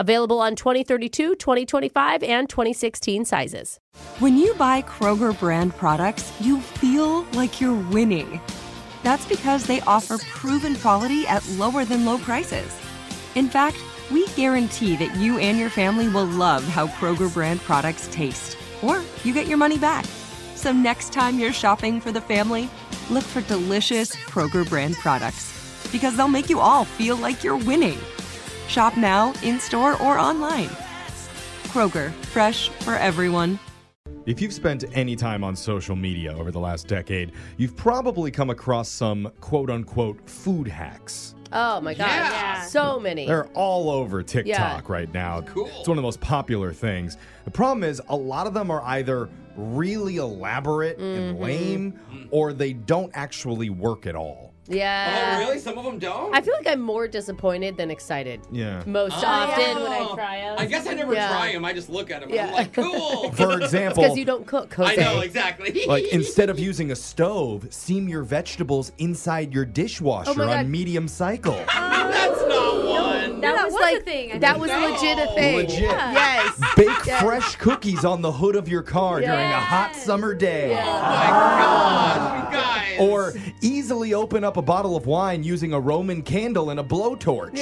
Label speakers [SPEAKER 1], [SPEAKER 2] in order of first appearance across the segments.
[SPEAKER 1] Available on 2032, 2025, and 2016 sizes.
[SPEAKER 2] When you buy Kroger brand products, you feel like you're winning. That's because they offer proven quality at lower than low prices. In fact, we guarantee that you and your family will love how Kroger brand products taste, or you get your money back. So next time you're shopping for the family, look for delicious Kroger brand products because they'll make you all feel like you're winning. Shop now, in store, or online. Kroger, fresh for everyone.
[SPEAKER 3] If you've spent any time on social media over the last decade, you've probably come across some quote unquote food hacks.
[SPEAKER 1] Oh my God. So many.
[SPEAKER 3] They're all over TikTok
[SPEAKER 1] Yeah.
[SPEAKER 3] right now. Cool. It's one of the most popular things. The problem is, a lot of them are either really elaborate
[SPEAKER 1] Mm-hmm.
[SPEAKER 3] and lame, or they don't actually work at all.
[SPEAKER 1] yeah.
[SPEAKER 4] Oh, really? Some of them don't?
[SPEAKER 1] Uh, I feel like I'm more disappointed than excited.
[SPEAKER 3] Yeah.
[SPEAKER 1] Most
[SPEAKER 5] Oh,
[SPEAKER 1] often.
[SPEAKER 4] when I try them. I guess I never
[SPEAKER 1] Yeah.
[SPEAKER 4] try them. I just look at them.
[SPEAKER 1] Yeah.
[SPEAKER 4] I'm like, cool.
[SPEAKER 3] For example,
[SPEAKER 1] Because you don't cook, Jose.
[SPEAKER 4] I know, exactly.
[SPEAKER 3] like instead of using a stove, steam your vegetables inside your dishwasher
[SPEAKER 1] Oh my God.
[SPEAKER 3] on medium cycle.
[SPEAKER 4] That's not one.
[SPEAKER 1] That,
[SPEAKER 5] was a
[SPEAKER 1] like,
[SPEAKER 5] thing, I
[SPEAKER 1] That
[SPEAKER 5] think.
[SPEAKER 1] was
[SPEAKER 4] No.
[SPEAKER 1] legit a thing.
[SPEAKER 3] Legit.
[SPEAKER 1] Yes.
[SPEAKER 3] Bake fresh cookies on the hood of your car during a hot summer day.
[SPEAKER 4] Oh my gosh, you guys.
[SPEAKER 3] Or easily open up a bottle of wine using a Roman candle and a blowtorch.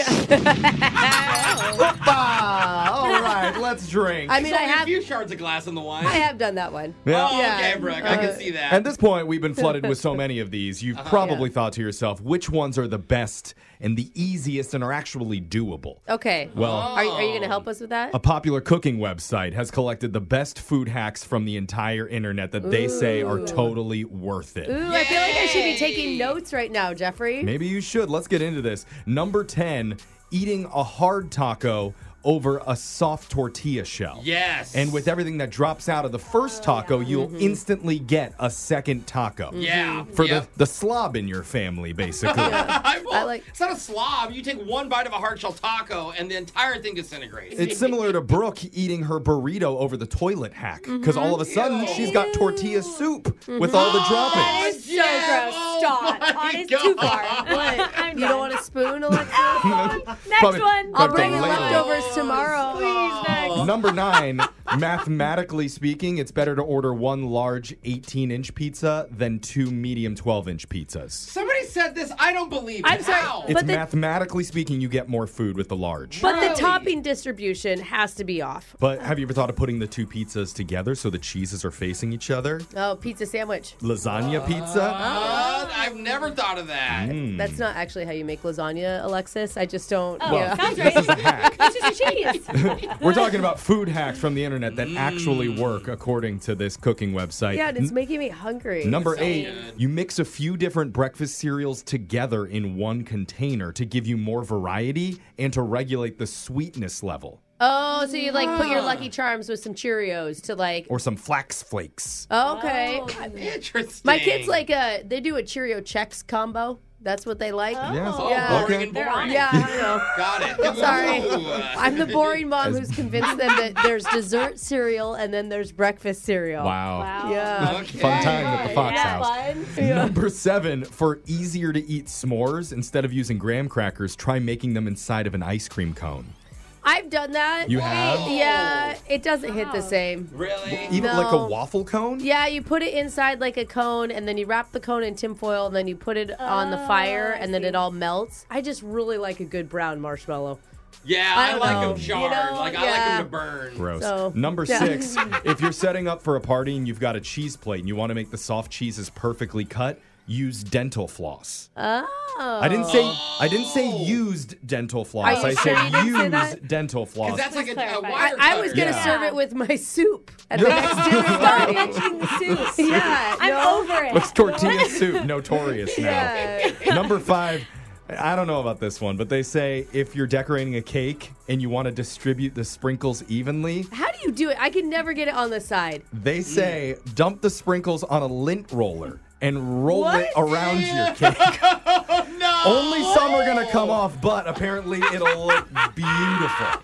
[SPEAKER 3] Opa! All right, let's drink.
[SPEAKER 1] I mean, I
[SPEAKER 4] Only a
[SPEAKER 1] have,
[SPEAKER 4] few shards of glass in the wine.
[SPEAKER 1] I have done that one.
[SPEAKER 3] Yeah.
[SPEAKER 4] Oh,
[SPEAKER 1] Yeah. Uh,
[SPEAKER 4] okay, Brooke. I can see that.
[SPEAKER 3] At this point, we've been flooded with so many of these. You've probably thought to yourself, which ones are the best and the easiest and are actually doable?
[SPEAKER 1] Okay.
[SPEAKER 3] Well,
[SPEAKER 1] Are, are you going to help us with that?
[SPEAKER 3] A popular cooking website has collected the best food hacks from the entire internet that they say are totally worth it.
[SPEAKER 1] Ooh, I feel like I should be taking notes right now, Jeffrey.
[SPEAKER 3] Maybe you should. Let's get into this. Number 10, eating a hard taco over a soft tortilla shell.
[SPEAKER 4] yes.
[SPEAKER 3] And with everything that drops out of the first taco, you'll instantly get a second taco.
[SPEAKER 4] Yeah.
[SPEAKER 3] For
[SPEAKER 4] yep.
[SPEAKER 3] the, the slob in your family, basically.
[SPEAKER 4] I, well,
[SPEAKER 1] like-
[SPEAKER 4] it's not a slob. You take one bite of a hard shell taco, and the entire thing disintegrates.
[SPEAKER 3] It's similar to Brooke eating her burrito over the toilet hack because all of a sudden
[SPEAKER 4] Ew.
[SPEAKER 3] she's got tortilla soup with all the droppings.
[SPEAKER 5] It's so
[SPEAKER 4] Yeah,
[SPEAKER 5] gross.
[SPEAKER 4] oh
[SPEAKER 5] Stop.
[SPEAKER 4] my
[SPEAKER 5] Honest, too far. What? I'm
[SPEAKER 1] You
[SPEAKER 5] done.
[SPEAKER 1] don't want a spoon, Alexa?
[SPEAKER 5] Next
[SPEAKER 3] Probably-
[SPEAKER 5] one.
[SPEAKER 3] I'll
[SPEAKER 1] I'll
[SPEAKER 3] But
[SPEAKER 1] bring you
[SPEAKER 3] the label.
[SPEAKER 1] leftovers tomorrow.
[SPEAKER 5] Please, next.
[SPEAKER 3] Number nine, mathematically speaking, it's better to order one large 18 inch pizza than two medium 12 inch pizzas.
[SPEAKER 4] Somebody said this. I don't believe it.
[SPEAKER 1] I'm sorry,
[SPEAKER 4] How?
[SPEAKER 3] It's
[SPEAKER 1] But the-
[SPEAKER 3] mathematically speaking, you get more food with the large.
[SPEAKER 1] But the
[SPEAKER 4] Really?
[SPEAKER 1] topping distribution has to be off.
[SPEAKER 3] But have you ever thought of putting the two pizzas together so the cheeses are facing each other?
[SPEAKER 1] Oh, pizza sandwich.
[SPEAKER 3] Lasagna pizza?
[SPEAKER 4] Uh, I've never thought of that.
[SPEAKER 3] Mm. Hmm.
[SPEAKER 1] That's not actually how you make lasagna, Alexis. I just don't.
[SPEAKER 5] Oh,
[SPEAKER 1] yeah.
[SPEAKER 5] sounds
[SPEAKER 3] This is a
[SPEAKER 5] right.
[SPEAKER 3] hack.
[SPEAKER 5] It's just a cheese.
[SPEAKER 3] We're talking about food hacks from the internet that actually work according to this cooking website.
[SPEAKER 1] Yeah, and it's making me hungry.
[SPEAKER 3] Number eight,
[SPEAKER 4] good.
[SPEAKER 3] you mix a few different breakfast cereals together in one container to give you more variety and to regulate the sweetness level.
[SPEAKER 1] Oh, so you like put your Lucky Charms with some Cheerios to like.
[SPEAKER 3] Or some flax flakes.
[SPEAKER 1] Okay.
[SPEAKER 4] Interesting.
[SPEAKER 1] My kids like uh they do a Cheerio Chex combo. That's what they like.
[SPEAKER 3] Yes.
[SPEAKER 4] Oh,
[SPEAKER 1] Yeah.
[SPEAKER 4] boring
[SPEAKER 3] Okay.
[SPEAKER 4] and
[SPEAKER 5] They're
[SPEAKER 4] boring.
[SPEAKER 5] on it.
[SPEAKER 1] Yeah, I don't know.
[SPEAKER 4] Got it.
[SPEAKER 1] I'm sorry.
[SPEAKER 4] Ooh.
[SPEAKER 1] I'm the boring mom who's convinced them that there's dessert cereal and then there's breakfast cereal.
[SPEAKER 3] Wow.
[SPEAKER 5] Wow.
[SPEAKER 1] Yeah.
[SPEAKER 4] Okay.
[SPEAKER 3] Fun time at the Fox
[SPEAKER 5] Yeah.
[SPEAKER 3] House. Number seven, for easier to eat s'mores, instead of using graham crackers, try making them inside of an ice cream cone.
[SPEAKER 1] I've done that.
[SPEAKER 3] You have?
[SPEAKER 1] Yeah, it doesn't hit the same.
[SPEAKER 4] Really?
[SPEAKER 3] Even like a
[SPEAKER 1] No.
[SPEAKER 3] waffle cone?
[SPEAKER 1] Yeah, you put it inside like a cone, and then you wrap the cone in tinfoil, and then you put it on the fire, and then it all melts. Oh, I just really like a good brown marshmallow.
[SPEAKER 4] Yeah,
[SPEAKER 1] I
[SPEAKER 4] I,
[SPEAKER 1] don't
[SPEAKER 4] like
[SPEAKER 1] know.
[SPEAKER 4] them jarred.
[SPEAKER 1] Um, You know,
[SPEAKER 4] like I
[SPEAKER 1] yeah.
[SPEAKER 4] like them to burn.
[SPEAKER 3] Gross.
[SPEAKER 1] So-
[SPEAKER 3] Number
[SPEAKER 1] Yeah.
[SPEAKER 3] six, if you're setting up for a party and you've got a cheese plate and you want to make the soft cheeses perfectly cut, use dental floss.
[SPEAKER 1] Oh,
[SPEAKER 3] I didn't say I didn't say used dental floss.
[SPEAKER 1] you
[SPEAKER 3] I
[SPEAKER 1] sure
[SPEAKER 3] said
[SPEAKER 1] you didn't say
[SPEAKER 3] used
[SPEAKER 1] that?
[SPEAKER 3] dental floss.
[SPEAKER 4] Because that's like a, a
[SPEAKER 5] clarify.
[SPEAKER 4] wire
[SPEAKER 1] I was gonna
[SPEAKER 3] Yeah.
[SPEAKER 1] serve it with my soup at the next dinner party.
[SPEAKER 5] Mentioning the soup.
[SPEAKER 1] yeah,
[SPEAKER 5] I'm
[SPEAKER 1] no.
[SPEAKER 5] over it.
[SPEAKER 3] It's tortilla soup, notorious now.
[SPEAKER 1] Yeah.
[SPEAKER 3] Number five, I don't know about this one, but they say if you're decorating a cake and you want to distribute the sprinkles evenly,
[SPEAKER 1] How do you do it? I can never get it on the side.
[SPEAKER 3] they say dump the sprinkles on a lint roller and roll it around your cake.
[SPEAKER 4] No.
[SPEAKER 3] Only some are going to come
[SPEAKER 1] Oh.
[SPEAKER 3] off, but apparently it'll look beautiful.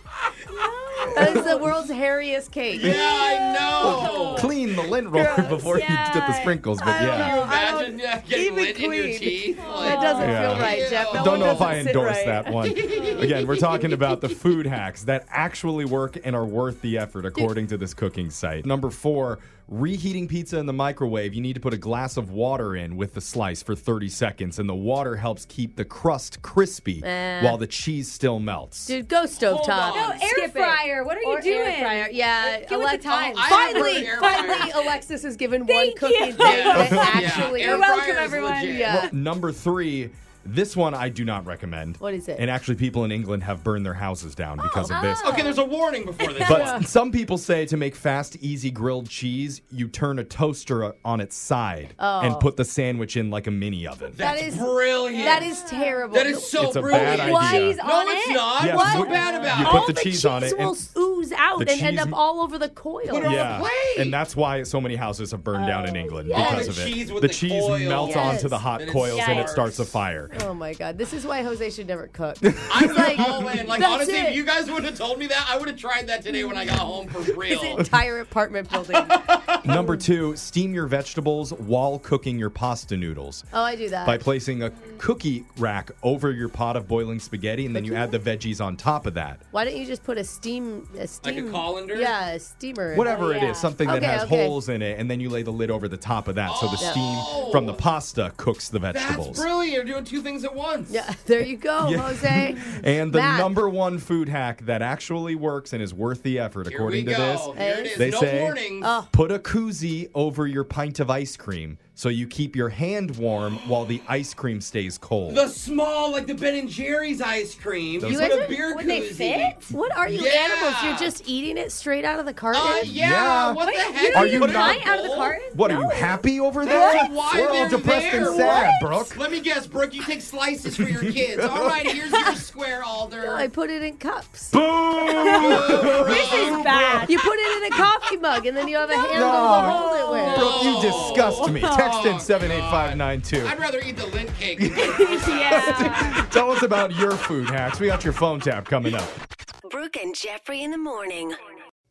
[SPEAKER 1] That is the world's hairiest cake.
[SPEAKER 4] Yeah, I know.
[SPEAKER 3] Clean the lint roller before you get the sprinkles, but
[SPEAKER 1] Oh. I don't
[SPEAKER 3] yeah.
[SPEAKER 1] know.
[SPEAKER 4] Imagine yeah, getting
[SPEAKER 1] even
[SPEAKER 4] lit in your
[SPEAKER 1] clean.
[SPEAKER 4] teeth.
[SPEAKER 1] That
[SPEAKER 4] Like,
[SPEAKER 1] doesn't
[SPEAKER 3] Yeah.
[SPEAKER 1] feel right, Jeff. That
[SPEAKER 3] Don't
[SPEAKER 1] one
[SPEAKER 3] know if
[SPEAKER 1] doesn't
[SPEAKER 3] I
[SPEAKER 1] sit
[SPEAKER 3] endorse
[SPEAKER 1] right.
[SPEAKER 3] that one. Again, we're talking about the food hacks that actually work and are worth the effort, according to this cooking site. Number four, reheating pizza in the microwave. You need to put a glass of water in with the slice for 30 seconds, and the water helps keep the crust crispy while the cheese still melts.
[SPEAKER 1] Dude, go stovetop.
[SPEAKER 4] on. No,
[SPEAKER 5] air
[SPEAKER 1] Skip it.
[SPEAKER 5] fryer. What are you
[SPEAKER 1] Or
[SPEAKER 5] doing?
[SPEAKER 1] Air fryer. Yeah.
[SPEAKER 5] Give it the time.
[SPEAKER 4] I have
[SPEAKER 1] finally,
[SPEAKER 4] an air fryer.
[SPEAKER 1] finally, Alexis has given
[SPEAKER 5] Thank
[SPEAKER 1] one
[SPEAKER 5] you.
[SPEAKER 1] cooking thing
[SPEAKER 4] Yeah.
[SPEAKER 1] that
[SPEAKER 4] Yeah.
[SPEAKER 1] actually.
[SPEAKER 4] Air
[SPEAKER 5] welcome,
[SPEAKER 4] fryer is
[SPEAKER 5] everyone.
[SPEAKER 4] legit.
[SPEAKER 1] Yeah.
[SPEAKER 3] Well, number three, this one I do not recommend.
[SPEAKER 1] What is it? Oh, ah.
[SPEAKER 3] And actually, people in England have burned their houses down because of this.
[SPEAKER 4] Okay, there's a warning before this.
[SPEAKER 3] But
[SPEAKER 4] one.
[SPEAKER 3] some people say to make fast, easy grilled cheese, you turn a toaster on its side
[SPEAKER 1] Oh.
[SPEAKER 3] and put the sandwich in like a mini oven.
[SPEAKER 4] that's
[SPEAKER 1] is-
[SPEAKER 4] brilliant.
[SPEAKER 1] That is terrible.
[SPEAKER 4] That is so
[SPEAKER 3] It's a
[SPEAKER 4] brilliant.
[SPEAKER 3] bad idea.
[SPEAKER 5] Cheese
[SPEAKER 4] No,
[SPEAKER 5] on
[SPEAKER 4] it's
[SPEAKER 5] it.
[SPEAKER 4] not.
[SPEAKER 3] Yes,
[SPEAKER 4] What's so
[SPEAKER 3] what-
[SPEAKER 4] bad about
[SPEAKER 3] you
[SPEAKER 4] it?
[SPEAKER 3] put
[SPEAKER 1] all
[SPEAKER 3] the cheese on it and-
[SPEAKER 1] will ooze out
[SPEAKER 3] The
[SPEAKER 1] and end
[SPEAKER 3] cheese-
[SPEAKER 1] up all over the coil.
[SPEAKER 4] Put it on
[SPEAKER 3] yeah,
[SPEAKER 4] the plate.
[SPEAKER 3] and that's why so many houses have burned down in England
[SPEAKER 1] yes.
[SPEAKER 3] because
[SPEAKER 4] Oh,
[SPEAKER 3] of
[SPEAKER 4] the
[SPEAKER 3] it.
[SPEAKER 4] cheese with
[SPEAKER 3] the
[SPEAKER 4] the
[SPEAKER 3] cheese
[SPEAKER 4] coil.
[SPEAKER 3] melts
[SPEAKER 1] Yes.
[SPEAKER 3] onto the hot
[SPEAKER 4] And it
[SPEAKER 3] coils and it
[SPEAKER 4] starts.
[SPEAKER 3] starts a fire.
[SPEAKER 1] Oh my god, this is why Jose should never cook. I
[SPEAKER 4] I'm like, like,
[SPEAKER 1] that's
[SPEAKER 4] honestly,
[SPEAKER 1] it.
[SPEAKER 4] if you guys would have told me that, I would have tried that today when I got home for
[SPEAKER 1] His
[SPEAKER 4] real.
[SPEAKER 1] entire apartment building.
[SPEAKER 3] Number two, steam your vegetables while cooking your pasta noodles.
[SPEAKER 1] Oh, I do that.
[SPEAKER 3] by placing a cookie rack over your pot of boiling spaghetti, and then you add the veggies on top of that.
[SPEAKER 1] Why don't you just put a steam, a steam,
[SPEAKER 4] colander?
[SPEAKER 1] Yeah, a steamer.
[SPEAKER 3] Whatever it
[SPEAKER 5] yeah.
[SPEAKER 3] is, something that
[SPEAKER 1] Oh, Okay,
[SPEAKER 3] has
[SPEAKER 1] okay.
[SPEAKER 3] holes in it, and then you lay the lid over the top of that, so the
[SPEAKER 4] Yeah.
[SPEAKER 3] steam from the pasta cooks the
[SPEAKER 4] That's
[SPEAKER 3] vegetables.
[SPEAKER 4] brilliant. You're doing two things at once.
[SPEAKER 1] Yeah, there you go,
[SPEAKER 3] Yeah.
[SPEAKER 1] Jose.
[SPEAKER 3] And the
[SPEAKER 1] Matt.
[SPEAKER 3] number one food hack that actually works and is worth the effort,
[SPEAKER 4] Here
[SPEAKER 3] according
[SPEAKER 4] we
[SPEAKER 3] to
[SPEAKER 4] go.
[SPEAKER 3] this,
[SPEAKER 4] Here it is.
[SPEAKER 3] they
[SPEAKER 4] no
[SPEAKER 3] say-
[SPEAKER 4] warnings.
[SPEAKER 1] Oh.
[SPEAKER 3] put a koozie over your pint of ice cream so you keep your hand warm while the ice cream stays cold.
[SPEAKER 4] The small, like the Ben and Jerry's ice cream.
[SPEAKER 3] Those-
[SPEAKER 4] you
[SPEAKER 3] You
[SPEAKER 4] put
[SPEAKER 1] guys
[SPEAKER 4] a
[SPEAKER 1] are-
[SPEAKER 4] beer
[SPEAKER 5] Would they
[SPEAKER 4] koozie.
[SPEAKER 5] fit?
[SPEAKER 1] What are you
[SPEAKER 4] Yeah.
[SPEAKER 1] animals? You're just eating it straight out of the carton.
[SPEAKER 4] Uh, yeah,
[SPEAKER 3] Yeah.
[SPEAKER 4] What
[SPEAKER 5] Wait,
[SPEAKER 4] the heck?
[SPEAKER 5] you don't
[SPEAKER 3] Are
[SPEAKER 5] eat
[SPEAKER 3] you
[SPEAKER 5] a
[SPEAKER 3] not-
[SPEAKER 5] pint out of the carton?
[SPEAKER 3] what are
[SPEAKER 5] No.
[SPEAKER 3] you happy over
[SPEAKER 4] That's
[SPEAKER 3] there?
[SPEAKER 4] why
[SPEAKER 3] We're all
[SPEAKER 4] they're
[SPEAKER 3] depressed
[SPEAKER 4] there.
[SPEAKER 3] and sad,
[SPEAKER 4] What?
[SPEAKER 3] Brooke.
[SPEAKER 4] Let me guess, Brooke. You take slices for your kids. All right, here's your square, Alder.
[SPEAKER 1] I put it in cups.
[SPEAKER 3] Boom!
[SPEAKER 5] This is bad.
[SPEAKER 1] You put it in a coffee mug, and then you have a handle to hold it with.
[SPEAKER 3] Brooke, you disgust me. Text
[SPEAKER 4] Oh,
[SPEAKER 3] in 78592.
[SPEAKER 4] I'd rather eat the lint cake. than-
[SPEAKER 5] yeah.
[SPEAKER 3] Tell us about your food hacks. We got your phone tap coming up.
[SPEAKER 6] Brooke and Jeffrey in the morning.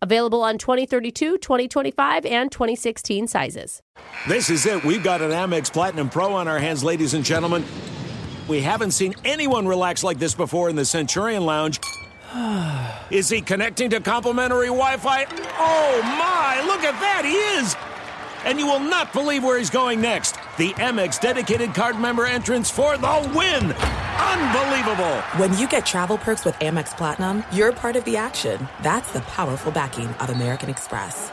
[SPEAKER 1] Available on 2032, 2025, and 2016 sizes.
[SPEAKER 7] This is it. We've got an Amex Platinum Pro on our hands, ladies and gentlemen. We haven't seen anyone relax like this before in the Centurion Lounge. Is he connecting to complimentary Wi Fi? Oh my, look at that! He is! And you will not believe where he's going next. The Amex dedicated card member entrance for the win! Unbelievable!
[SPEAKER 8] When you get travel perks with Amex Platinum, you're part of the action. That's the powerful backing of American Express.